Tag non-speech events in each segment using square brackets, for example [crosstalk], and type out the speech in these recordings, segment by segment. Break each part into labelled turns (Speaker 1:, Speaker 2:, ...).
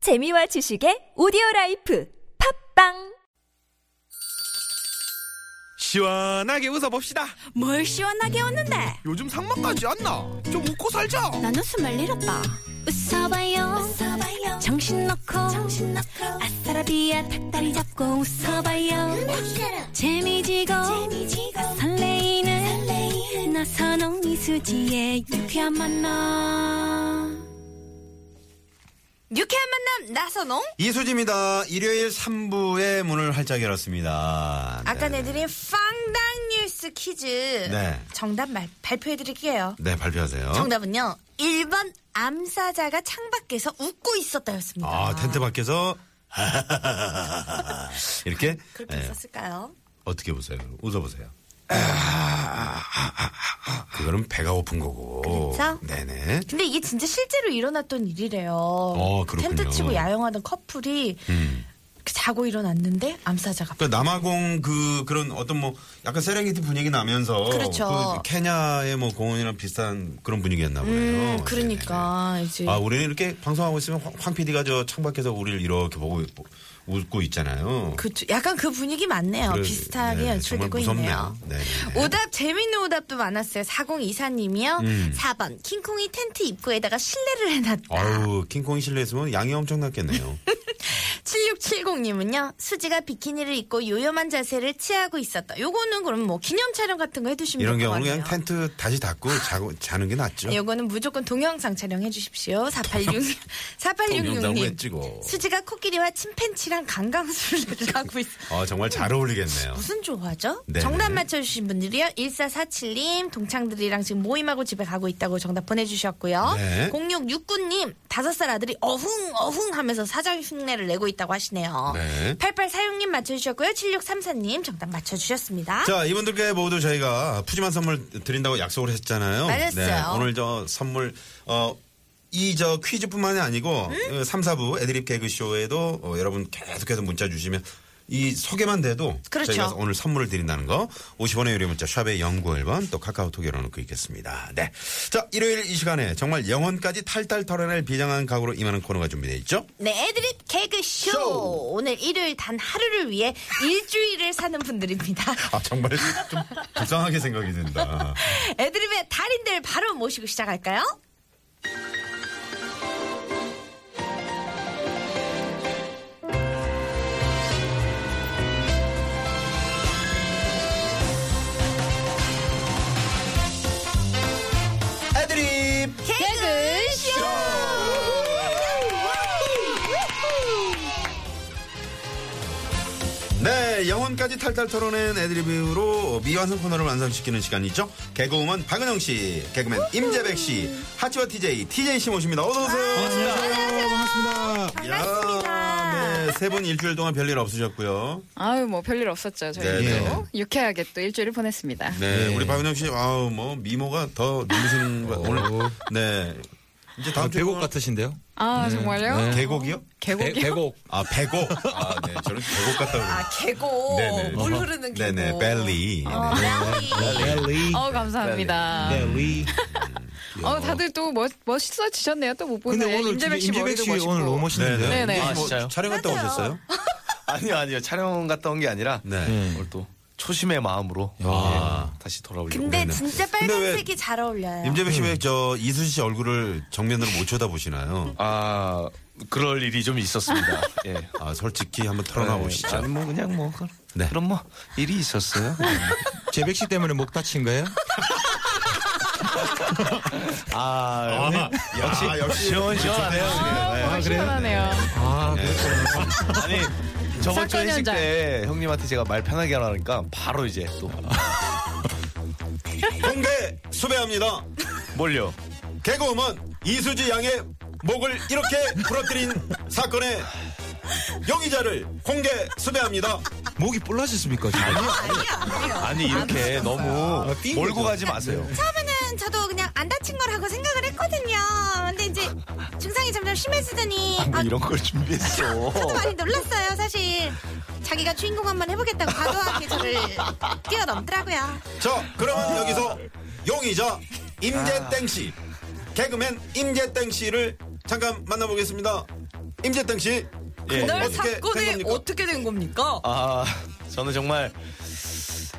Speaker 1: 재미와 지식의 오디오 라이프 팝빵
Speaker 2: 시원하게 웃어봅시다.
Speaker 3: 뭘 시원하게 웃는데
Speaker 2: 요즘 상만까지 안 나. 좀 웃고 살자.
Speaker 3: 난 웃음을 잃었다 웃어봐요, 정신 놓고 아싸라비아 닭다리 잡고 웃어봐요 재미지고, 설레이는, 나선홍 이수지의 유쾌한 만남 유쾌한 만남 나선홍
Speaker 4: 이수지입니다. 일요일 3부의 문을 활짝 열었습니다. 네.
Speaker 5: 아까 내드린 빵당 뉴스 퀴즈
Speaker 4: 네.
Speaker 5: 정답 말, 발표해드릴게요.
Speaker 4: 네, 발표하세요.
Speaker 5: 정답은요. 1번 암사자가 창밖에서 웃고 있었다였습니다.
Speaker 4: 아, 텐트 밖에서 [laughs] 이렇게
Speaker 5: 그렇게
Speaker 4: 예,
Speaker 5: 했었을까요?
Speaker 4: 어떻게 보세요? 웃어 보세요. 그거는 배가 고픈 거고.
Speaker 5: 그렇죠?
Speaker 4: 네네.
Speaker 5: 근데 이게 진짜 실제로 일어났던 일이래요.
Speaker 4: 아, 그렇군요.
Speaker 5: 텐트 치고 야영하던 커플이
Speaker 4: 음.
Speaker 5: 자고 일어났는데 암사자가
Speaker 4: 그 남아공 그 그런 어떤 뭐 약간 세렝게티 분위기 나면서
Speaker 5: 그렇죠.
Speaker 4: 그 케냐의 뭐 공원이랑 비슷한 그런 분위기였나 보네요.
Speaker 5: 음, 그러니까 이제
Speaker 4: 아, 네네. 아, 우리는 이렇게 방송하고 있으면 황, 황 PD가 저 창밖에서 우리를 이렇게 보고 있- 웃고 있잖아요.
Speaker 5: 그 약간 그 분위기 맞네요.
Speaker 4: 그래,
Speaker 5: 비슷하게
Speaker 4: 네,
Speaker 5: 연출되고
Speaker 4: 정말 무섭네요.
Speaker 5: 있네요.
Speaker 4: 네, 네, 네.
Speaker 5: 오답 재밌는 오답도 많았어요. 4024님이요.
Speaker 4: 음.
Speaker 5: 4번 킹콩이 텐트 입구에다가 실내를 해놨다.
Speaker 4: 어. 아유, 킹콩이 실내에서면 양이 엄청
Speaker 5: [laughs]
Speaker 4: 났겠네요.
Speaker 5: 7670님은요. 수지가 비키니를 입고 요염한 자세를 취하고 있었다. 요거는 그럼 뭐 기념 촬영 같은 거 해주시면
Speaker 4: 이런
Speaker 5: 될것
Speaker 4: 경우는
Speaker 5: 같아요.
Speaker 4: 그냥 텐트 다시 닫고 자고 자는 게 낫죠. 예,
Speaker 5: 요거는 무조건 동영상 촬영해 주십시오. [laughs] 486
Speaker 4: 동영상 왜
Speaker 5: 4866님.
Speaker 4: 찍어?
Speaker 5: 수지가 코끼리와
Speaker 4: [laughs]
Speaker 5: 침팬치랑 강강술래를 하고 있어.
Speaker 4: 아, 정말 잘 어울리겠네요.
Speaker 5: 무슨 조화죠?
Speaker 4: 네네.
Speaker 5: 정답 맞춰주신 분들이요. 1447님, 동창들이랑 지금 모임하고 집에 가고 있다고 정답 보내주셨고요.
Speaker 4: 네.
Speaker 5: 0669님, 5살 아들이 어흥, 어흥 하면서 사장 흉내를 내고 있다고 하시네요.
Speaker 4: 네.
Speaker 5: 8846님 맞춰주셨고요. 7634님 정답 맞춰주셨습니다.
Speaker 4: 자, 이분들께 모두 저희가 푸짐한 선물 드린다고 약속을 했잖아요. 네,
Speaker 5: 맞았어요.
Speaker 4: 오늘 저 선물, 어, 이 저 퀴즈뿐만이 아니고 어, 3, 4부 애드립 개그쇼에도 어, 여러분 계속해서 문자 주시면 이 소개만 돼도
Speaker 5: 그렇죠.
Speaker 4: 저희가 오늘 선물을 드린다는 거 50원의 유료 문자 샵의 0951번 또 카카오톡 열어놓고 있겠습니다. 네. 자, 일요일 이 시간에 정말 영혼까지 탈탈 털어낼 비장한 각오로 임하는 코너가 준비되어 있죠?
Speaker 5: 네, 애드립 개그쇼.
Speaker 4: 쇼.
Speaker 5: 오늘 일요일 단 하루를 위해 일주일을 사는 분들입니다. [laughs]
Speaker 4: 아, 정말 좀 [laughs] 불쌍하게 생각이 된다.
Speaker 5: 애드립의 달인들 바로 모시고 시작할까요?
Speaker 4: 애드립!
Speaker 5: 개그쇼!
Speaker 4: 네, 영혼까지 탈탈 털어낸 애드리뷰로 미완성 코너를 완성시키는 시간이죠. 개그우먼 박은영 씨, 개그맨 임재백 씨, 하치와 TJ, TJ 씨 모십니다. 어서 오세요.
Speaker 2: 아,
Speaker 6: 네,
Speaker 2: 반갑습니다.
Speaker 4: 반갑습니다. 네, 세 분 일주일 동안 별일 없으셨고요.
Speaker 6: 아유 뭐 별일 없었죠 저희도
Speaker 4: 네,
Speaker 6: 유쾌하게 또 일주일을 보냈습니다.
Speaker 4: 네, 우리 박은영 씨, 아우 뭐 미모가 더 눈부시는 거 오늘. 네, 이제 다음 주에
Speaker 2: 계곡 같으신데요?
Speaker 6: 아 정말요?
Speaker 2: 네.
Speaker 4: 계곡이요?
Speaker 2: 배-
Speaker 6: 계곡이요? [laughs]
Speaker 2: 계곡.
Speaker 4: 아 배곡. 아, 네, 저는 계곡 같다고.
Speaker 5: 아, 계곡.
Speaker 4: 네네.
Speaker 5: 물 흐르는 계곡.
Speaker 4: 네네, 벨리.
Speaker 5: 어,
Speaker 6: 아.
Speaker 5: 벨리.
Speaker 2: 벨리.
Speaker 6: 네, 어 감사합니다.
Speaker 2: 벨리.
Speaker 6: 어 다들 또 멋, 멋있어지셨네요. 또 못 보네. 임재백 씨
Speaker 2: 임재백
Speaker 6: 머리도
Speaker 2: 씨
Speaker 6: 멋있고.
Speaker 2: 오늘 너무 멋있는데요.
Speaker 6: 네, 네.
Speaker 4: 아,
Speaker 7: 아,
Speaker 4: 뭐
Speaker 7: 진짜요?
Speaker 4: 촬영 갔다 오셨어요?
Speaker 7: 아니요, 아니요. 촬영 갔다 온 게 아니라
Speaker 4: 네.
Speaker 7: 오늘 또 초심의 마음으로 예, 다시 돌아오려고.
Speaker 5: 근데 진짜 빨간색이
Speaker 4: 왜-
Speaker 5: 잘 어울려요.
Speaker 4: 임재백 씨 왜 저 이수지 씨 얼굴을 정면으로 못 쳐다보시나요?
Speaker 7: 아, 그럴 일이 좀 있었습니다. 예.
Speaker 4: 아 솔직히 한번 털어놔 보시죠.
Speaker 7: 아니 뭐 그냥 뭐 그-
Speaker 4: 네.
Speaker 7: 그런 뭐 일이 있었어요.
Speaker 2: 재백 씨 때문에 목 다친 거예요?
Speaker 7: 아,
Speaker 4: 역시 역시
Speaker 7: 시원시원하네요.
Speaker 6: 아, 시원하네요.
Speaker 2: 아,
Speaker 7: 아니 저번 주
Speaker 6: 사건
Speaker 7: 회식
Speaker 6: 현장.
Speaker 7: 때 형님한테 제가 말 편하게 하라니까 바로 이제 또
Speaker 6: 네.
Speaker 4: 공개 수배합니다.
Speaker 7: 몰려.
Speaker 4: 개그우먼 이수지 양의 목을 이렇게 부러뜨린 사건의 용의자를 공개 수배합니다.
Speaker 2: 목이 불러졌습니까 지금?
Speaker 7: 아니 이렇게 너무
Speaker 2: 아, 삐인
Speaker 7: 몰고
Speaker 2: 거죠.
Speaker 7: 가지 마세요.
Speaker 5: 처음에는 저도 그냥 안 다친 거라고 생각을 했거든요. 근데 이제 증상이 점점 심해지더니
Speaker 7: 아, 뭐
Speaker 5: 아,
Speaker 7: 이런 걸 준비했어.
Speaker 5: 저도 많이 놀랐어요, 사실. 자기가 주인공 한번 해보겠다고 과도하게 저를 뛰어넘더라고요.
Speaker 4: 자
Speaker 6: 아.
Speaker 4: 그러면 여기서 용의자
Speaker 6: 아.
Speaker 4: 임재땡 씨 개그맨 임재땡 씨를 잠깐 만나보겠습니다. 임재탕 씨. 예,
Speaker 8: 그날
Speaker 4: 어떻게 된
Speaker 8: 사건이
Speaker 4: 겁니까?
Speaker 8: 어떻게 된 겁니까?
Speaker 7: 아, 저는 정말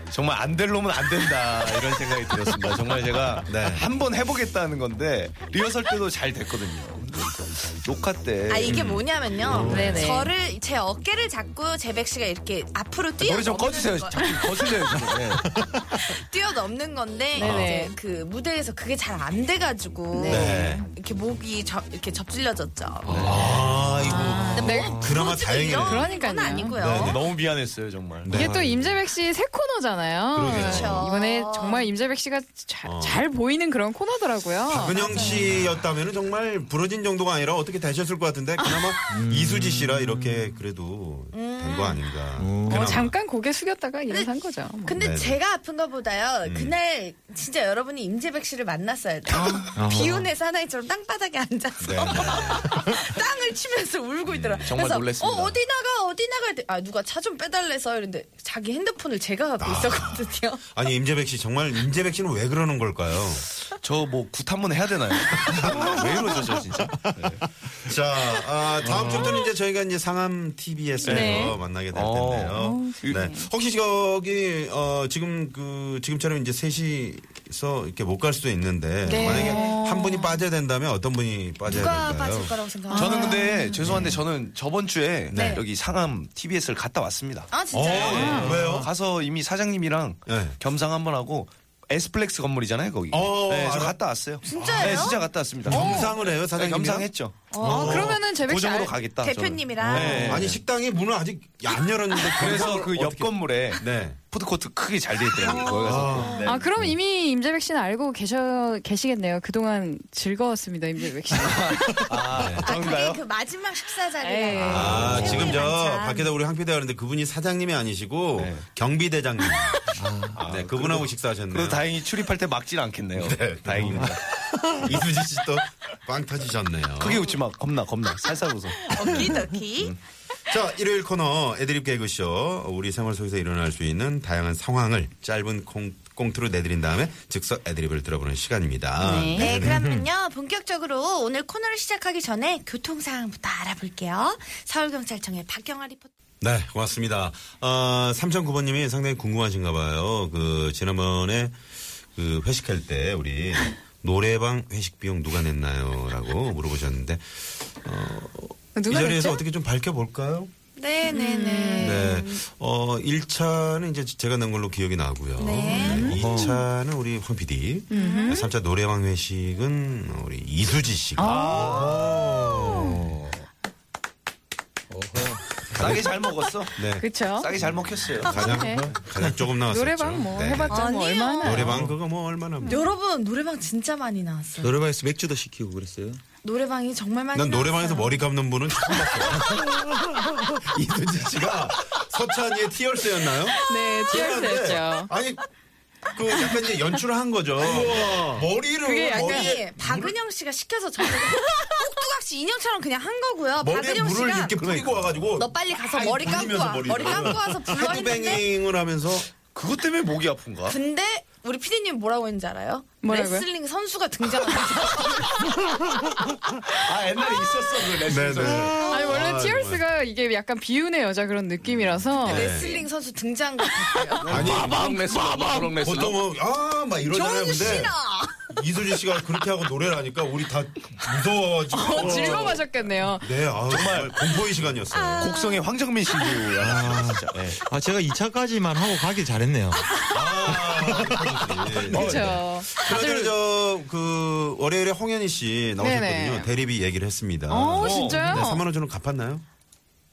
Speaker 7: 정말 안 될 놈은 안 된다 이런 생각이 들었습니다. 정말 제가
Speaker 4: 네.
Speaker 7: 한번 해보겠다는 건데 리허설 때도 잘 됐거든요. 근데 녹화
Speaker 4: 네.
Speaker 7: 때
Speaker 5: 아 이게 뭐냐면요.
Speaker 4: 음.
Speaker 8: 네네.
Speaker 5: 저를 제 어깨를 잡고 재백 씨가 이렇게
Speaker 4: 아,
Speaker 5: 앞으로 뛰어
Speaker 7: 머리 아, 좀 꺼주세요.
Speaker 5: 거,
Speaker 7: 자꾸 거슬려요. 지금. 네.
Speaker 5: 어. 뛰어넘는 건데
Speaker 8: 네네.
Speaker 5: 이제 그 무대에서 그게 잘 안 돼가지고
Speaker 4: 네.
Speaker 5: 이렇게 목이 접, 이렇게 접질려졌죠.
Speaker 2: 아, 이거.
Speaker 5: 뭐
Speaker 4: 그나마
Speaker 5: 부러지고
Speaker 4: 다행이네요. 네,
Speaker 5: 이런 건
Speaker 6: 그러니까요.
Speaker 5: 아니고요.
Speaker 7: 네. 너무 미안했어요 정말.
Speaker 2: 네.
Speaker 6: 이게
Speaker 2: 아,
Speaker 6: 또 임재백 씨 새 코너잖아요.
Speaker 5: 그렇죠.
Speaker 6: 이번에 정말 임재백 씨가 자-
Speaker 4: 어.
Speaker 6: 잘 보이는 그런 코너더라고요.
Speaker 4: 박근영 씨였다면 정말 부러진 정도가 아니라 어떻게 되셨을 것 같은데 그나마
Speaker 5: 음.
Speaker 4: 이수지 씨라 이렇게 그래도 된 거 아닌가.
Speaker 6: 어,
Speaker 4: 그나마.
Speaker 6: 잠깐 고개 숙였다가 일어서 한 거죠. 뭐.
Speaker 5: 근데
Speaker 4: 네네.
Speaker 5: 제가 아픈 것보다요.
Speaker 7: 음.
Speaker 5: 그날 진짜 여러분이 임재백 씨를 만났어야 돼요.
Speaker 7: 아.
Speaker 5: 비운의 사나이처럼 땅바닥에 앉아서
Speaker 4: 네, 네.
Speaker 5: [laughs] 땅을 치면서 울고 있더라.
Speaker 7: 음, 정말
Speaker 5: 그래서
Speaker 7: 놀랬습니다.
Speaker 5: 어 어디 나가 어디 나가 이랬더니 아 누가 차 좀 빼달래서 이랬는데 자기 핸드폰을 제가
Speaker 7: 아.
Speaker 5: 갖고 있었거든요.
Speaker 4: 아니 임재백 씨 정말 임재백 씨는 왜 그러는 걸까요?
Speaker 7: 저 뭐 굿 한 번 해야 되나요? 왜 이러죠 저 진짜? 네.
Speaker 4: 자 아, 다음 주부터는 이제 저희가 이제 상암 TBS에서
Speaker 6: 네.
Speaker 4: 만나게 될
Speaker 7: 어.
Speaker 4: 텐데요. 네. 혹시 저기 어, 지금 그 지금처럼 이제 셋이서 이렇게 못 갈 수도 있는데 만약에 한 분이 빠져야 된다면 어떤 분이 빠져야
Speaker 5: 누가
Speaker 4: 될까요?
Speaker 5: 빠질 거라고 생각하세요?
Speaker 7: 네, 저는
Speaker 5: 아.
Speaker 7: 근데 죄송한데 저는 저번 주에
Speaker 5: 네.
Speaker 7: 여기 상암 TBS를 갔다 왔습니다.
Speaker 5: 아
Speaker 7: 어,
Speaker 5: 진짜요?
Speaker 4: 네. 왜요?
Speaker 7: 가서 이미 사장님이랑
Speaker 4: 네.
Speaker 7: 겸상 한 번 하고 에스플렉스 건물이잖아요 거기.
Speaker 4: 어,
Speaker 7: 네, 저
Speaker 4: 알아- 어.
Speaker 7: 갔다 왔어요.
Speaker 5: 진짜예요?
Speaker 7: 네, 진짜 갔다 왔습니다.
Speaker 4: 겸상을 해요
Speaker 7: 네,
Speaker 4: 사장님.
Speaker 7: 겸상했죠.
Speaker 6: 어, 그러면은 재백 씨
Speaker 7: 고정으로
Speaker 6: 알-
Speaker 7: 가겠다. 저는.
Speaker 5: 대표님이랑
Speaker 7: 네.
Speaker 4: 아니 식당이 문을 아직 안 열었는데
Speaker 7: 그래서
Speaker 4: 그걸
Speaker 7: 그 옆
Speaker 4: 어떻게-
Speaker 7: 건물에
Speaker 4: 네.
Speaker 7: 푸드코트 크게 잘 돼 있더라고요. 거기 가서. 네.
Speaker 6: 아 그럼 이미 임재백 씨는 알고 계셔 계시겠네요. 그동안 즐거웠습니다 임재백 씨.
Speaker 5: [laughs]
Speaker 7: 아,
Speaker 5: 아 그게
Speaker 7: 저인가요?
Speaker 5: 그 마지막 식사
Speaker 6: 에이.
Speaker 5: 자리예요.
Speaker 4: 아,
Speaker 5: 최후의
Speaker 4: 지금 저
Speaker 5: 만찬.
Speaker 4: 밖에다 우리 항피대 하는데 그분이 사장님이 아니시고
Speaker 7: 네.
Speaker 4: 경비대장님. 네, 그분하고 식사하셨네요.
Speaker 7: 그래도 다행히 출입할 때 막진 않겠네요. 아. 다행입니다.
Speaker 4: 이수지 씨 또 빵 터지셨네요.
Speaker 7: 크게 웃지 마. 겁나 겁나. 살살 웃어.
Speaker 5: 오키도키.
Speaker 4: 자, 일요일 코너 애드립 개그쇼. 우리 생활 속에서 일어날 수 있는 다양한 상황을 짧은 콩, 꽁트로 내드린 다음에 즉석 애드립을 들어보는 시간입니다.
Speaker 5: 네, 그러면요. 본격적으로 오늘 코너를 시작하기 전에 교통 상황부터 알아볼게요. 서울 경찰청의 박경아 리포터.
Speaker 4: 네, 고맙습니다. 아, 3009번님이 상당히 궁금하신가 봐요. 그, 지난번에 그 회식할 때 우리 노래방 회식 비용 누가 냈나요? 라고 물어보셨는데, 이
Speaker 6: 누가
Speaker 4: 자리에서
Speaker 6: 그랬죠?
Speaker 4: 어떻게 좀 밝혀볼까요?
Speaker 5: 네, 네, 네.
Speaker 4: 네. 어, 1차는 이제 제가 낸 걸로 기억이 나고요. 어,
Speaker 5: 네.
Speaker 4: 2차는 우리 황 PD.
Speaker 6: 음.
Speaker 4: 3차 노래방 회식은 우리 이수지 씨가.
Speaker 6: 아.
Speaker 7: 싸게 잘 먹었어.
Speaker 4: 네.
Speaker 6: 그쵸?
Speaker 7: 싸게 잘 먹혔어요.
Speaker 4: 가장,
Speaker 6: 네.
Speaker 4: 가장 조금 나왔었죠.
Speaker 6: 노래방 뭐
Speaker 4: 네.
Speaker 6: 해봤자 뭐
Speaker 5: 아니에요.
Speaker 6: 얼마나
Speaker 4: 노래방 그거 뭐 얼마나 뭐.
Speaker 5: 여러분, 노래방 진짜 많이 나왔어요.
Speaker 2: 노래방에서 맥주도 시키고 그랬어요.
Speaker 5: 노래방이 정말 많이
Speaker 4: 난 노래방에서
Speaker 5: 나왔어요.
Speaker 4: 머리 감는 분은 처음 봤어요. [laughs] 이수지 씨가 서찬이의 티얼스였나요?
Speaker 6: 네 치열했죠.
Speaker 4: 아니, 그 약간 이제 연출을 한 거죠. 머리를
Speaker 6: 그게 약간
Speaker 4: 머리에
Speaker 5: 네, 박은영 씨가
Speaker 4: [laughs]
Speaker 5: 시켜서 저는 꼭두각시 인형처럼 그냥 한 거고요.
Speaker 4: 머리에
Speaker 5: 박은영
Speaker 4: 물을
Speaker 5: 씨가
Speaker 4: 이렇게 뿌리고 와가지고
Speaker 5: 너 빨리 가서
Speaker 4: 아이,
Speaker 5: 머리 감고
Speaker 4: 돌리면서
Speaker 5: 와.
Speaker 4: 머리를.
Speaker 5: 머리 감고 와서 불러 했는데
Speaker 4: 헤드뱅잉을 하면서
Speaker 7: 그것 때문에 목이 아픈가?
Speaker 5: 근데 우리 피디님 뭐라고 했는지 알아요?
Speaker 6: 뭐라고요?
Speaker 5: 레슬링 선수가 등장한다.
Speaker 7: 아 옛날에 있었어 그
Speaker 4: 네,
Speaker 7: 레슨.
Speaker 6: 아니 원래 치열스가 이게 약간 비운의 여자 그런 느낌이라서
Speaker 4: 네.
Speaker 5: 레슬링 선수 등장과 같아요.
Speaker 4: 아니
Speaker 7: 마방 레슨. 마방 레슨.
Speaker 4: 보통은 아막 이러잖아요. 근데
Speaker 5: 정신아.
Speaker 4: 이수지 씨가 그렇게 하고 노래를 하니까 우리 다 무서워가지고.
Speaker 6: 어, 즐거워하셨겠네요.
Speaker 4: 네, 아, 정말 공포의 시간이었어요.
Speaker 7: 곡성의 황정민 씨도 아, 진짜. 예.
Speaker 2: 아, 제가 2차까지만 하고 가길 잘했네요.
Speaker 4: 네.
Speaker 6: 그렇죠.
Speaker 4: 그런데 어, 저그 월요일에 홍현희 씨 나오셨거든요.
Speaker 6: 네네.
Speaker 4: 대리비 얘기를 했습니다.
Speaker 6: 어 진짜요?
Speaker 4: 네, 3만 원 주는 갚았나요?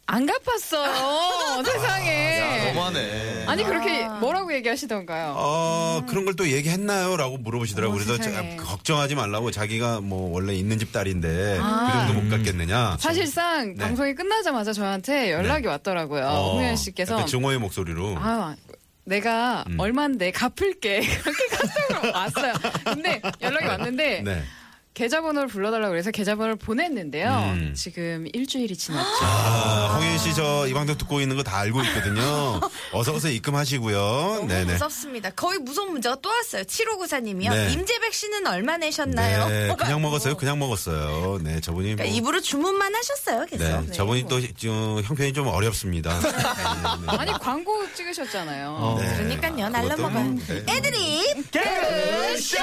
Speaker 6: 안
Speaker 4: 아,
Speaker 6: 갚았어요. 세상에.
Speaker 7: 너무하네.
Speaker 6: 아니 그렇게 뭐라고 얘기하시던가요?
Speaker 4: 어 그런 걸 또 얘기했나요라고 물어보시더라고요. 그래서
Speaker 6: 세상에.
Speaker 4: 제가 걱정하지 말라고 자기가 뭐 원래 있는 집 딸인데
Speaker 5: 아.
Speaker 4: 그 정도 못 갚겠느냐.
Speaker 6: 사실상
Speaker 4: 네.
Speaker 6: 방송이 끝나자마자 저한테 연락이 왔더라고요.
Speaker 4: 어,
Speaker 6: 홍현 씨께서
Speaker 4: 약간 음. 증오의 목소리로.
Speaker 6: 아, 내가 [laughs] 얼만데 갚을게. 그렇게 카톡으로 왔어요. 근데 연락이 왔는데
Speaker 4: 네.
Speaker 6: 계좌번호를 불러달라고 그래서 계좌번호를 보냈는데요.
Speaker 4: 음.
Speaker 6: 지금 일주일이 지났죠.
Speaker 4: 아, 홍현 씨 저 이 방송 듣고 있는 거 다 알고
Speaker 5: [laughs]
Speaker 4: 있거든요. 어서 어서 입금하시고요.
Speaker 5: 너무
Speaker 4: 네네.
Speaker 5: 무섭습니다. 거의 무서운 문제가 또 왔어요. 7594님이요.
Speaker 4: 네.
Speaker 5: 임제 백신은 얼마 내셨나요?
Speaker 4: 네,
Speaker 5: 뭐가-
Speaker 4: 그냥 먹었어요. 그냥 먹었어요. 네, 저분이 뭐,
Speaker 5: 그러니까 입으로 주문만 하셨어요, 계속.
Speaker 4: 네,
Speaker 5: 네.
Speaker 4: 저분이 또 시- 어, 형편이 좀
Speaker 5: [laughs]
Speaker 4: 어렵습니다. 네, 네.
Speaker 6: 아니 광고 찍으셨잖아요.
Speaker 4: 네,
Speaker 5: 그러니까요,
Speaker 4: 아,
Speaker 5: 날라
Speaker 4: 그것도
Speaker 5: 먹어요.
Speaker 4: 네.
Speaker 5: 애드립!
Speaker 7: 쇼!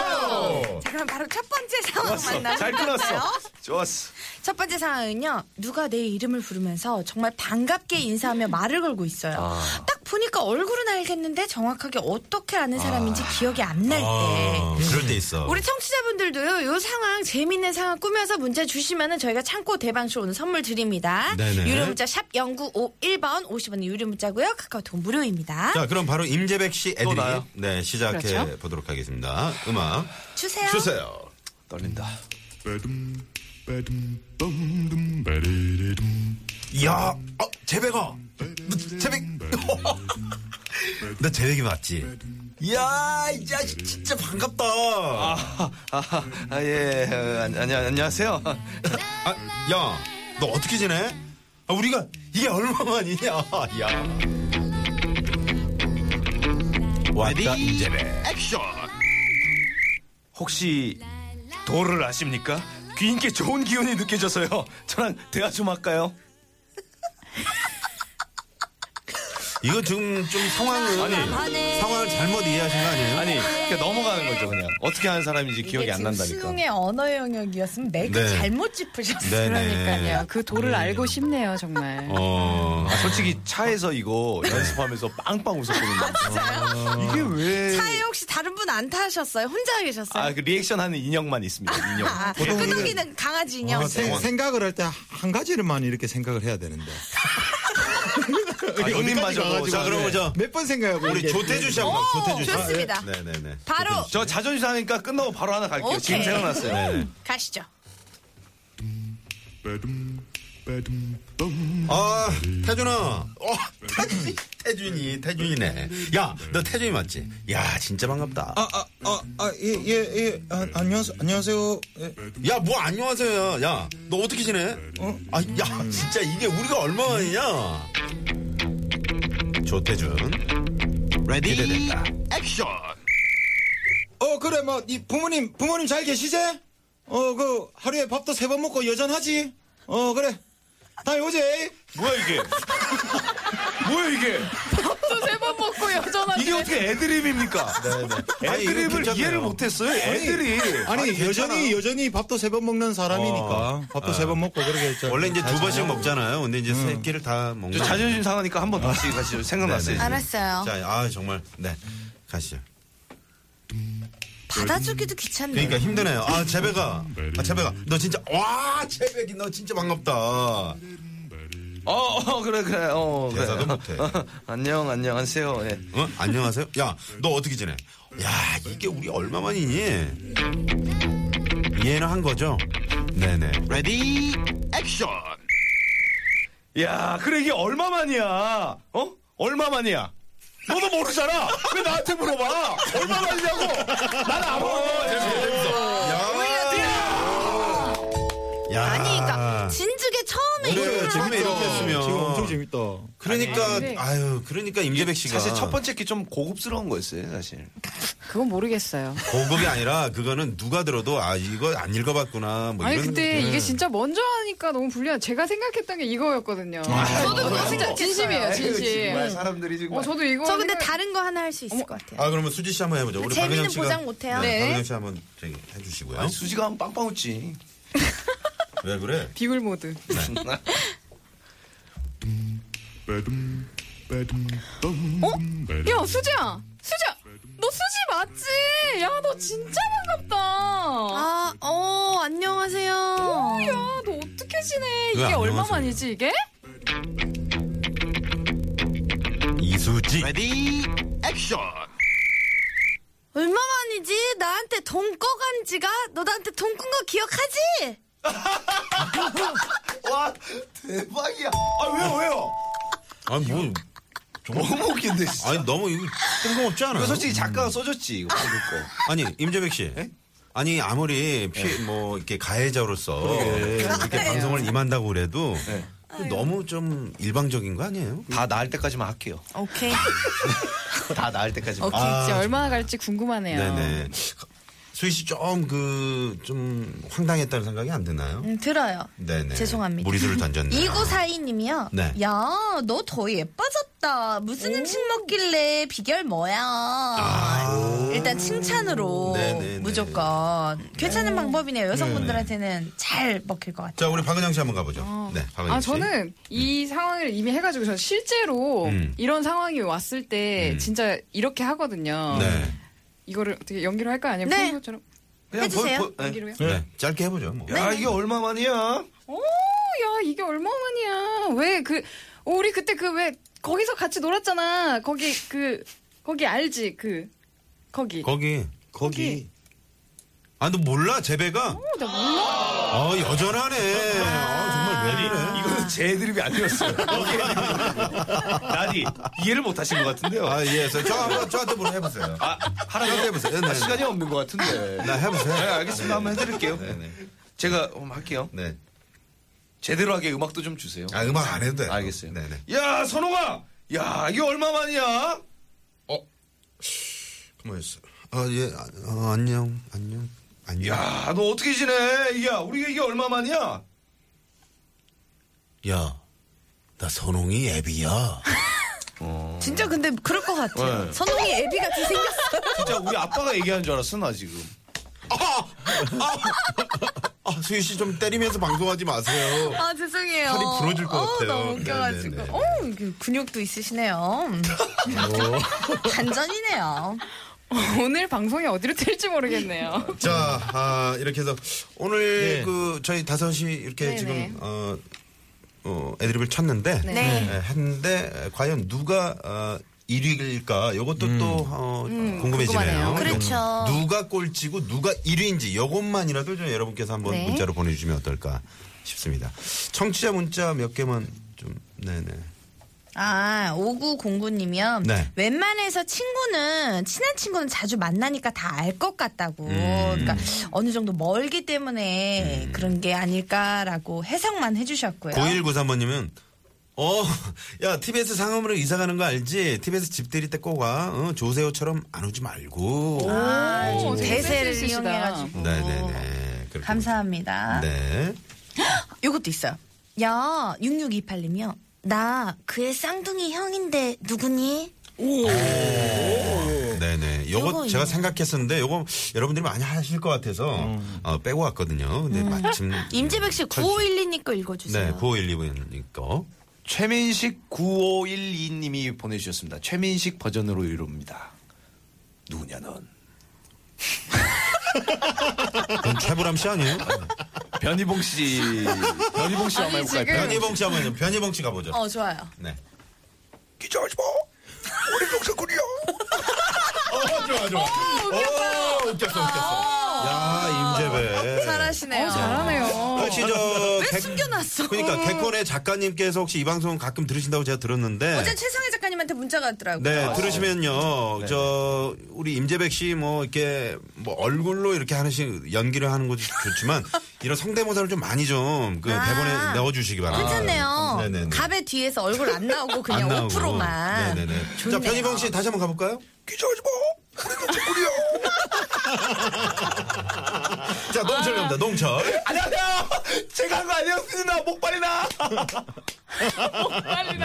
Speaker 5: 자, 그럼 바로 첫 번째 상황 만나볼까요?
Speaker 7: 잘 끊었어. 좋았어.
Speaker 5: 첫 번째 상황은요. 누가 내 이름을 부르면서 정말 반갑게 인사하며 말을 걸고 있어요.
Speaker 4: 아.
Speaker 5: 딱 보니까 얼굴은 알겠는데 정확하게 어떻게 아는 사람인지 기억이 안 날 때.
Speaker 4: 어, 그럴 때 있어.
Speaker 5: 우리 청취자분들도요, 요 상황, 재밌는 상황 꾸며서 문자 주시면은 저희가 창고 대방쇼 오늘 선물 드립니다.
Speaker 4: 네네.
Speaker 5: 유료 문자 샵 0951번, 50원의 유료 문자고요 카카오톡 무료입니다.
Speaker 4: 자, 그럼 바로 임재백 씨 애드립
Speaker 7: 나요?
Speaker 4: 네, 시작해
Speaker 6: 그렇죠.
Speaker 4: 보도록 하겠습니다. 음악
Speaker 5: 주세요.
Speaker 4: 주세요.
Speaker 7: 떨린다.
Speaker 4: 야, 어, 재백아. 너 재백. [laughs] 너 재백이 맞지? 야, 이 자식 진짜 반갑다.
Speaker 7: 아, 아, 아, 예, 어, 안, 안, 안녕하세요.
Speaker 4: 아, 야, 너 어떻게 지내? 아, 우리가 이게 얼마만이냐? 야. 왔다 임재백.
Speaker 7: 혹시 도를 아십니까? 귀인께 좋은 기운이 느껴져서요. 저랑 대화 좀 할까요?
Speaker 4: 이거 지금 좀 상황을
Speaker 6: 아, 네.
Speaker 4: 상황을 잘못 이해하신 거 아니에요?
Speaker 7: 아니, 그냥 넘어가는 거죠, 그냥. 어떻게 하는 사람인지 기억이
Speaker 5: 이게
Speaker 7: 안
Speaker 5: 지금
Speaker 7: 난다니까.
Speaker 5: 수능의 언어 영역이었으면 맥을
Speaker 4: 네.
Speaker 5: 잘못 짚으셨어요.
Speaker 4: 네, 네.
Speaker 6: 그러니까요. 그 도를 알고 싶네요 정말.
Speaker 4: 어.
Speaker 7: 아, 솔직히 차에서 이거 연습하면서 빵빵 웃었거든요. 이게 왜.
Speaker 5: 차에 혹시 다른 분 안 타셨어요? 혼자 계셨어요?
Speaker 7: 아, 그 리액션 하는 인형만 있습니다, 인형.
Speaker 5: 아,
Speaker 4: 보통 우리는-
Speaker 5: 끄덕이는 강아지 인형.
Speaker 2: 아, 생- 생각을 할 때 한 가지를만 이렇게 생각을 해야 되는데.
Speaker 7: 아, 연인마저
Speaker 4: 가가지고 네. 자, 그럼 저
Speaker 2: 몇 번 생각하고
Speaker 4: 우리
Speaker 2: 이게-
Speaker 4: 조태주 씨 한번
Speaker 5: 오,
Speaker 4: 조태주 씨.
Speaker 5: 좋습니다.
Speaker 4: 네, 네, 네.
Speaker 5: 바로
Speaker 7: 저 자존심 상하니까 끝나고 바로 하나 갈게요. 지금
Speaker 5: 오케이. 음,
Speaker 7: 생각났어요.
Speaker 4: 네.
Speaker 7: 네.
Speaker 5: 가시죠.
Speaker 4: 아, 태준아. 어, 태준이, 태준이, 태준이네. 야, 너 태준이 맞지? 야, 진짜 반갑다.
Speaker 2: 아, 아, 아, 아, 예, 예, 예. 아, 안녕하세요. 안녕하세요. 예.
Speaker 4: 야, 뭐 안녕하세요. 야, 너 어떻게 지내? 어? 아, 야, 진짜 이게 우리가 얼마만이냐? 조태준. 레디. 기대된다.
Speaker 2: 어, 그래, 뭐, 이 부모님, 부모님 잘 계시제? 어, 그, 하루에 밥도 세 번 먹고 여전하지? 어, 그래. 다녀오제.
Speaker 7: 뭐야, 이게. [laughs] 뭐야, 이게.
Speaker 6: 또 세 번 먹고 여전한.
Speaker 7: 이게 어떻게 애드립입니까?
Speaker 4: 네, 아니, 이거
Speaker 7: 애드립을
Speaker 4: 괜찮네요.
Speaker 7: 이해를 못했어요. 애들이.
Speaker 2: 아니,
Speaker 4: 아니,
Speaker 2: 여전히,
Speaker 4: 괜찮아.
Speaker 2: 여전히 밥도 세 번 먹는 사람이니까. 밥도 세 번 먹고, 그러게. 저-
Speaker 4: 원래 이제 두
Speaker 2: 잘
Speaker 4: 번씩
Speaker 2: 지내요.
Speaker 4: 먹잖아요. 근데 이제 세 끼를 다 먹는.
Speaker 7: 저 자존심 상하니까 한 번 다시 다시 생각났어요.
Speaker 4: 아. 네네.
Speaker 5: 알았어요.
Speaker 4: 자, 아, 정말. 네. 가시죠.
Speaker 5: 받아주기도 귀찮네.
Speaker 4: 그러니까 힘드네요. 아, 재배가. 아, 재배가. 너 진짜, 와, 재배기 너 진짜 반갑다.
Speaker 7: 어, 어, 그래 그래. 어, 그래.
Speaker 4: 대사도 못해.
Speaker 7: 안녕 안녕하세요. 예.
Speaker 4: 어? 안녕하세요? 야, 너 어떻게 지내? 야, 이게 우리 얼마만이니? 이해는 한 거죠? 네네. 레디, 액션!
Speaker 7: 야, 그래 이게 얼마만이야? 어? 얼마만이야? 너도 모르잖아. 왜 나한테 물어봐? 얼마만이냐고. 난 아무.
Speaker 4: 어, 네. 야,
Speaker 5: 아니, 그러니까 진즉에 처음에
Speaker 4: 그래,
Speaker 5: 이름을
Speaker 4: 처음에
Speaker 5: 하죠.
Speaker 4: 이렇게 했으면.
Speaker 2: 지금 엄청 재밌다.
Speaker 4: 그러니까, 아유, 그러니까 임재백 씨가.
Speaker 7: 사실 첫 번째 게 좀 고급스러운 거였어요, 사실.
Speaker 6: 그건 모르겠어요.
Speaker 4: 고급이 아니라, 그거는 누가 들어도, 아, 이거 안 읽어봤구나. 뭐
Speaker 6: 아니
Speaker 4: 이런
Speaker 6: 근데 이게 진짜 먼저 하니까 너무 불리한. 제가 생각했던 게 이거였거든요.
Speaker 4: 아, 네.
Speaker 6: 저도 그거 생각 진심이에요, 진심.
Speaker 7: 정말 그 사람들이 지금
Speaker 6: 어, 저도 이거.
Speaker 5: 저 근데
Speaker 6: 생각-
Speaker 5: 다른 거 하나 할 수 있을 것 같아요.
Speaker 4: 아, 그러면 수지 씨 한번 해보죠. 우리
Speaker 5: 재미는
Speaker 4: 박은영 씨가-
Speaker 5: 보장 못해요.
Speaker 4: 네.
Speaker 6: 네.
Speaker 4: 박은영 씨 한번 저기 해주시고요.
Speaker 7: 아니, 수지가 하면 빵빵 웃지.
Speaker 4: 왜 그래?
Speaker 6: 비굴 모드.
Speaker 4: 네. 네.
Speaker 6: 야 수지야, 수지야, 너 수지 맞지? 야 너 진짜 반갑다.
Speaker 5: 아, 어, 안녕하세요.
Speaker 6: 야, 아, 너 어떻게 지내?
Speaker 4: 왜
Speaker 6: 이게
Speaker 4: 안
Speaker 6: 얼마만이지 이게?
Speaker 4: 이수지.
Speaker 5: 얼마만이지? 나한테 돈꿔간 지가? 너 나한테 돈 꾼 거 기억하지?
Speaker 7: [laughs] 와 대박이야. 아 왜요 왜요?
Speaker 4: 아니, 뭐,
Speaker 7: 너무 웃긴데 뭐 진짜. 그
Speaker 4: 아니, 너무 이거 뜬금없지 않아요?
Speaker 7: 이거 솔직히 작가가 써줬지 이거. 이거.
Speaker 4: 아니 임재백 씨. 아니 아무리 피, 뭐 이렇게 가해자로서 이렇게 네. 방송을 임한다고 그래도 너무 좀 일방적인 거 아니에요?
Speaker 7: 다 나을 때까지만 할게요.
Speaker 5: 오케이.
Speaker 7: [laughs] 다 나을 때까지만.
Speaker 6: 오케이, 진짜 얼마나 갈지 궁금하네요.
Speaker 4: 아, 네네. 수희 씨 좀 그 좀 황당했다는 생각이 안 드나요?
Speaker 5: 음, 들어요.
Speaker 4: 네네.
Speaker 5: 죄송합니다.
Speaker 4: 무리수를 던졌네요.
Speaker 5: 2942님이요.
Speaker 4: 네.
Speaker 5: 야, 너 더 예뻐졌다. 무슨 음식 먹길래 비결 뭐야? 일단 칭찬으로
Speaker 4: 네네네.
Speaker 5: 무조건 괜찮은 방법이네요. 여성분들한테는 잘 먹힐 것 같아요.
Speaker 4: 자 우리 박은영 씨 한번 가보죠.
Speaker 5: 어.
Speaker 4: 네, 박은영
Speaker 6: 아
Speaker 4: 씨.
Speaker 6: 저는 이 상황을 이미 해가지고 저 실제로
Speaker 4: 음.
Speaker 6: 이런 상황이 왔을 때 진짜 이렇게 하거든요.
Speaker 4: 네.
Speaker 6: 이거를 어떻게 연기로 할까 아니면
Speaker 5: 네.
Speaker 6: 것처럼
Speaker 5: 해주세요. 네.
Speaker 6: 연기로요?
Speaker 4: 네. 짧게 해보죠. 뭐.
Speaker 7: 야 이게 얼마만이야?
Speaker 6: 오야 이게 얼마만이야? 왜 그 우리 그때 그 왜 거기서 같이 놀았잖아. 거기 그 거기 알지 그 거기.
Speaker 4: 거기
Speaker 6: 거기.
Speaker 4: 아 너 몰라 재배가?
Speaker 6: 어, 나 몰라.
Speaker 4: 아 여전하네. 아, 정말 왜 그래?
Speaker 7: 이거는 제
Speaker 4: [laughs]
Speaker 7: 애드립이 아니었어요. 나디 이해를 못하신 것 같은데요.
Speaker 4: 아 예, 저 한번 저한테 물어 해보세요.
Speaker 7: 아, 하라고 해보세요.
Speaker 4: 네, 네.
Speaker 7: 시간이 없는 것 같은데.
Speaker 4: 나 해보세요.
Speaker 7: 네, 알겠습니다. 한번 해드릴게요.
Speaker 4: 네네.
Speaker 7: 제가 한번 할게요.
Speaker 4: 네.
Speaker 7: 제대로 하게 음악도 좀 주세요.
Speaker 4: 아 음악 안 해도 돼.
Speaker 7: 알겠어요.
Speaker 4: 네네.
Speaker 7: 야, 선홍아! 야, 이게 얼마만이야?
Speaker 4: 뭐였어? 아 예, 아, 어, 안녕, 안녕, 안녕.
Speaker 7: 야, 너 어떻게 지내? 야, 우리가 이게 얼마만이야?
Speaker 4: 야, 나 선홍이 애비야.
Speaker 5: 진짜 근데 그럴 것 같아요.
Speaker 7: 네.
Speaker 5: 선홍이 애비 같이 생겼어.
Speaker 7: 진짜 우리 아빠가 얘기하는 줄 알았어, 나 지금.
Speaker 4: 아 수희 씨 좀 때리면서 방송하지 마세요.
Speaker 5: [laughs] 아 죄송해요.
Speaker 4: 팔이 부러질 것
Speaker 5: 어우,
Speaker 4: 같아요.
Speaker 5: 너무 웃겨가지고.
Speaker 4: 네네네.
Speaker 5: 어, 근육도 있으시네요. 음. [laughs] 반전이네요.
Speaker 6: 오늘 방송이 어디로 튈지 모르겠네요.
Speaker 4: [laughs] 자, 아, 이렇게 해서 오늘
Speaker 7: 네.
Speaker 4: 그 저희 다섯이 이렇게
Speaker 6: 네네.
Speaker 4: 지금 어, 어 애드립을 쳤는데
Speaker 6: 네.
Speaker 4: 예, 했는데 과연 누가 어, 1위일까? 요것도 또 어, 궁금해지네요.
Speaker 6: 음, 궁금하네요.
Speaker 5: 그렇죠.
Speaker 4: 누가 꼴찌고 누가 1위인지 요것만이라도 좀 여러분께서 한번
Speaker 6: 네.
Speaker 4: 문자로 보내주시면 어떨까 싶습니다. 청취자 문자 몇 개만 좀 네네.
Speaker 5: 아, 5909님이요.
Speaker 4: 네.
Speaker 5: 웬만해서 친구는, 친한 친구는 자주 만나니까 다 알 것 같다고.
Speaker 4: 음.
Speaker 5: 그러니까 어느 정도 멀기 때문에 그런 게 아닐까라고 해석만 해주셨고요.
Speaker 4: 9193번님은 어, 야, TBS 상암으로 이사 가는 거 알지? TBS 집 때릴 때 꼭 와. 어, 조세호처럼 안 오지 말고.
Speaker 5: 아,
Speaker 6: 오, 되게
Speaker 5: 대세를
Speaker 6: 센스 있으시다.
Speaker 5: 이용해가지고.
Speaker 4: 네네네. 그렇게
Speaker 5: 감사합니다.
Speaker 4: 네.
Speaker 5: 요것도 있어요. 야, 6628님이요. 나 그의 쌍둥이 형인데 누구니?
Speaker 4: 네네. 요거
Speaker 5: 요거
Speaker 4: 제가
Speaker 5: 있네요.
Speaker 4: 생각했었는데 요거 여러분들이 많이 하실 것 같아서 어, 빼고 왔거든요. 근데 마침
Speaker 5: 음. 임재백 씨 9512니 거 읽어주세요.
Speaker 4: 음. 네, 9512분 거.
Speaker 7: 최민식 9512님이 보내주셨습니다. 최민식 버전으로 이룹니다. 누구냐, 넌?
Speaker 4: 그건 최불암 씨 아니에요?
Speaker 5: 네.
Speaker 7: 변희봉 씨. [laughs] 변희봉 씨 한번
Speaker 6: 아니,
Speaker 7: 해볼까요?
Speaker 6: 지금-
Speaker 4: 변희봉 씨 한번 변희봉 씨 가보죠.
Speaker 5: 어, 좋아요.
Speaker 4: 네.
Speaker 7: 기절하지 마! 우리 동생군이야!
Speaker 4: 어, 좋아 좋아. 오, 웃겼어 웃겼어. 야 임재배.
Speaker 5: 잘하시네요.
Speaker 4: 아.
Speaker 6: 어, 잘하네요.
Speaker 4: 혹시 저 개-
Speaker 5: 숨겨놨어?
Speaker 4: 그러니까 개콘의 작가님께서 혹시 이 방송 가끔 들으신다고 제가 들었는데
Speaker 5: 어제 최성애 작가님한테 문자가 왔더라고요.
Speaker 4: 네, 들으시면요. 저 우리 임재백 씨 뭐 이렇게 뭐 얼굴로 이렇게 하는씩 연기를 하는 것도 좋지만 이런 성대모사를 좀 많이 좀 그
Speaker 5: 아,
Speaker 4: 대본에 넣어 주시기 바랍니다.
Speaker 5: 괜찮네요.
Speaker 4: 아, 네네네.
Speaker 5: 갑의 뒤에서 얼굴 안 나오고
Speaker 4: 안
Speaker 5: 그냥
Speaker 4: 나오고.
Speaker 5: 5%만.
Speaker 4: 네네네. 자,
Speaker 5: 좋네요.
Speaker 4: 변희봉 씨 다시 한번 가 볼까요?
Speaker 7: 기절하지 마! 우리 동생군이야!
Speaker 4: 자,
Speaker 5: 아.
Speaker 4: 농철 갑니다. 농철.
Speaker 7: 안녕하세요! 제가 한 거 아니었습니다! 목발이 나!
Speaker 4: 네.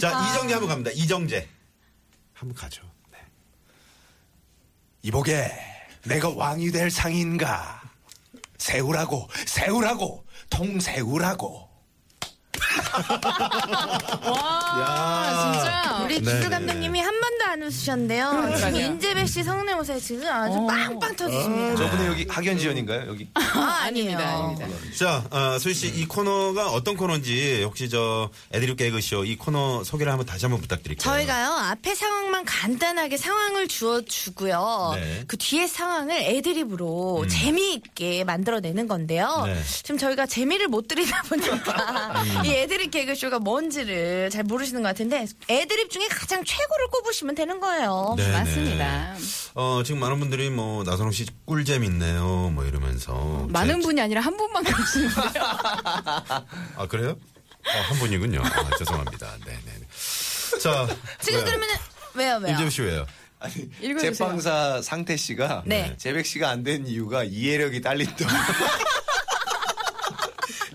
Speaker 4: 자,
Speaker 5: 아.
Speaker 4: 이정재 한번 갑니다. 이정재. 한번 가죠. 네.
Speaker 7: 이보게 내가 왕이 될 상인가 새우라고 새우라고 통새우라고
Speaker 6: 와, 아, 진짜.
Speaker 5: 우리
Speaker 4: 네네네.
Speaker 5: 기수 감독님이 한 번도 안 웃으셨는데요. 어. 지금
Speaker 6: 그러니까요.
Speaker 5: 임재백 씨 성내모사에 지금 아주 빵빵 터지십니다.
Speaker 7: 저분은 여기 학연지연인가요 여기
Speaker 5: 어. 아, 아니에요.
Speaker 4: 자, 아, 수희 씨 이 코너가 어떤 코너인지 혹시 저 애드립 개그쇼 이 코너 소개를 한번 다시 한번 부탁드릴게요.
Speaker 5: 저희가요 앞에 상황만 간단하게 상황을 주어 주고요
Speaker 4: 네. 음.
Speaker 5: 그 뒤에 상황을 애드립으로 재미있게 만들어내는 건데요
Speaker 4: 네. 음.
Speaker 5: 지금 저희가 재미를 못 드리다 [laughs] 보니까 이 애드립 개그쇼가 뭔지를 잘 모르시는 것 같은데 애드립 중에 가장 최고를 꼽으시면 되는 거예요
Speaker 4: 네, 네.
Speaker 6: 맞습니다.
Speaker 4: 어, 지금 많은 분들이 뭐, 나선홍 씨 꿀잼 있네요. 뭐 이러면서.
Speaker 6: 많은
Speaker 4: 제-
Speaker 6: 분이 아니라 한 분만 계시는데
Speaker 4: 아, 그래요? 어, 한 분이군요. 아, 죄송합니다. 네네. 자.
Speaker 5: 지금
Speaker 4: 왜요?
Speaker 5: 들으면은 왜요 왜요?
Speaker 4: 임재우 씨 왜요?
Speaker 7: 아니,
Speaker 6: 읽어주세요.
Speaker 7: 제빵사 상태 씨가
Speaker 5: 네.
Speaker 7: 재백 씨가 안 된 이유가 이해력이 딸린다.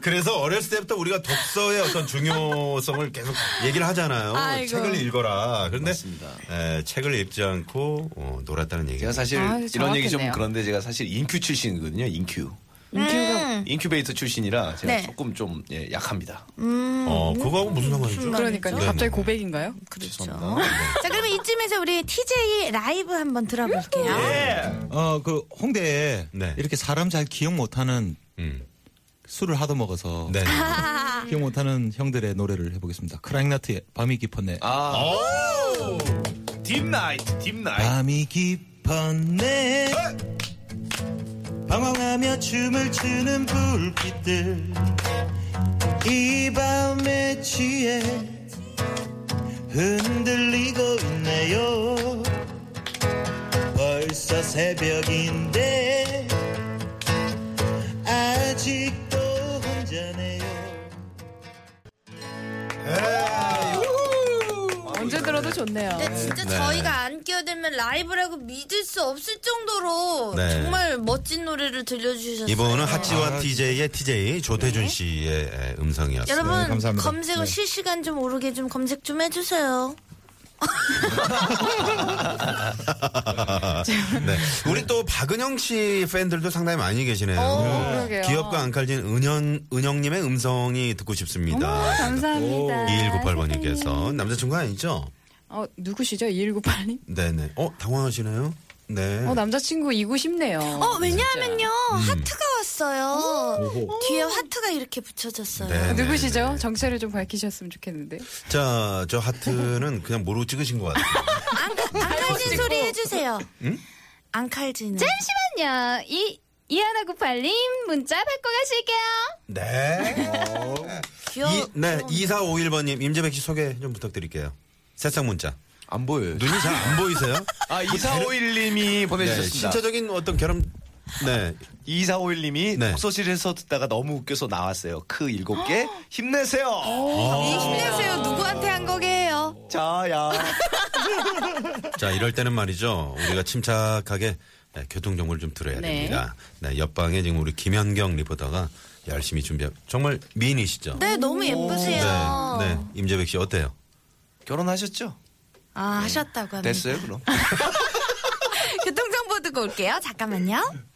Speaker 4: 그래서 어렸을 때부터 우리가 독서의 어떤 중요성을 계속 얘기를 하잖아요.
Speaker 5: 아이고.
Speaker 4: 책을 읽어라. 그런데
Speaker 7: 맞습니다.
Speaker 4: 에, 책을 읽지 않고 어, 놀았다는 얘기.
Speaker 7: 제가 사실
Speaker 6: 아,
Speaker 7: 이런 얘기 좀
Speaker 6: 정확했네요.
Speaker 7: 그런데 제가 사실 인큐 출신이거든요. 인큐.
Speaker 5: 음.
Speaker 7: 인큐베이터 출신이라 제가
Speaker 5: 네.
Speaker 7: 조금 좀 예, 약합니다.
Speaker 4: 어, 그거하고 무슨 상관이죠?
Speaker 6: 음. 그러니까요.
Speaker 4: 네네.
Speaker 6: 갑자기 고백인가요?
Speaker 5: 음, 그렇죠. 자 그러면 이쯤에서 우리 TJ 라이브 한번
Speaker 4: 예.
Speaker 5: 들어볼게요.
Speaker 2: 어 그 홍대에
Speaker 4: 네.
Speaker 2: 이렇게 사람 잘 기억 못하는
Speaker 4: 음.
Speaker 2: 술을 하도 먹어서
Speaker 4: 네.
Speaker 2: 기억 못하는 형들의 노래를 해보겠습니다. 크라잉나트의 밤이 깊었네.
Speaker 7: 아. 딥나이트, 딥나이트.
Speaker 2: 밤이 깊었네 방황하며 춤을 추는 불빛들 이 밤에 취해 흔들리고 있네요 벌써 새벽인데 아직도 혼자네요
Speaker 6: 언제 들어도 좋네요.
Speaker 5: 근데 진짜
Speaker 4: 아, 네.
Speaker 5: 저희가 안 끼어들면 라이브라고 믿을 수 없을 정도로
Speaker 4: 네.
Speaker 5: 정말 멋진 노래를 들려주셨어요.
Speaker 4: 이번은 하치와 TJ의 TJ
Speaker 6: 네.
Speaker 4: 조태준 씨의 에, 음성이었어요.
Speaker 5: 여러분
Speaker 2: 네, 감사합니다.
Speaker 5: 검색어 실시간 좀 오르게 좀 검색 좀 해주세요.
Speaker 4: 네. 우리 또 박은영 씨 팬들도 상당히 많이 계시네요.
Speaker 6: 어, 그러게요.
Speaker 4: 기업과 안 칼진 은영, 은영님의 음성이 듣고 싶습니다.
Speaker 6: 감사합니다.
Speaker 4: 2198번님께서 남자친구 아니죠?
Speaker 6: 어, 누구시죠? 2198님?
Speaker 4: 네네. 어, 당황하시네요? 네.
Speaker 6: 어, 남자친구 이고 싶네요.
Speaker 5: 어 왜냐하면요
Speaker 4: 음.
Speaker 5: 하트가 왔어요. 뒤에 하트가 이렇게 붙여졌어요.
Speaker 4: 네.
Speaker 6: 누구시죠? 정체를 좀 밝히셨으면 좋겠는데.
Speaker 4: 자, 저 하트는 그냥 모르고 찍으신 것
Speaker 6: [laughs]
Speaker 4: 같아요. [laughs]
Speaker 5: 앙칼진 소리 해주세요. 앙칼진.
Speaker 3: 잠시만요. 이 이하나 구팔님 문자 받고 가실게요.
Speaker 4: 네.
Speaker 5: 귀여워.
Speaker 4: 이, 네, 2451번님, 임재백 씨 소개 좀 부탁드릴게요. 새싹 문자.
Speaker 7: 안 보여요.
Speaker 4: 눈이 잘 안 [laughs] 보이세요?
Speaker 7: 네. 아, 2451님이
Speaker 4: 네,
Speaker 7: 보내주셨습니다.
Speaker 4: 신체적인 어떤 결함, 네.
Speaker 7: 2451님이
Speaker 4: 네.
Speaker 7: 독서실에서 듣다가 너무 웃겨서 나왔어요. 크 일곱 개 힘내세요.
Speaker 5: 어.
Speaker 4: 네.
Speaker 5: 힘내세요. 누구한테 한 거게요?
Speaker 7: 자야.
Speaker 4: 자, 이럴 때는 말이죠. 우리가 침착하게 네, 교통정보를 좀 들어야
Speaker 6: 네.
Speaker 4: 됩니다. 네, 옆방에 지금 우리 김현경 리포터가 열심히 준비하고, 정말 미인이시죠?
Speaker 5: 네 너무 예쁘세요.
Speaker 4: 네, 네. 임재백 씨 어때요?
Speaker 7: 결혼하셨죠?
Speaker 5: 아 하셨다고 합니다.
Speaker 7: 됐어요 그럼.
Speaker 5: 교통정보 듣고 올게요. 잠깐만요.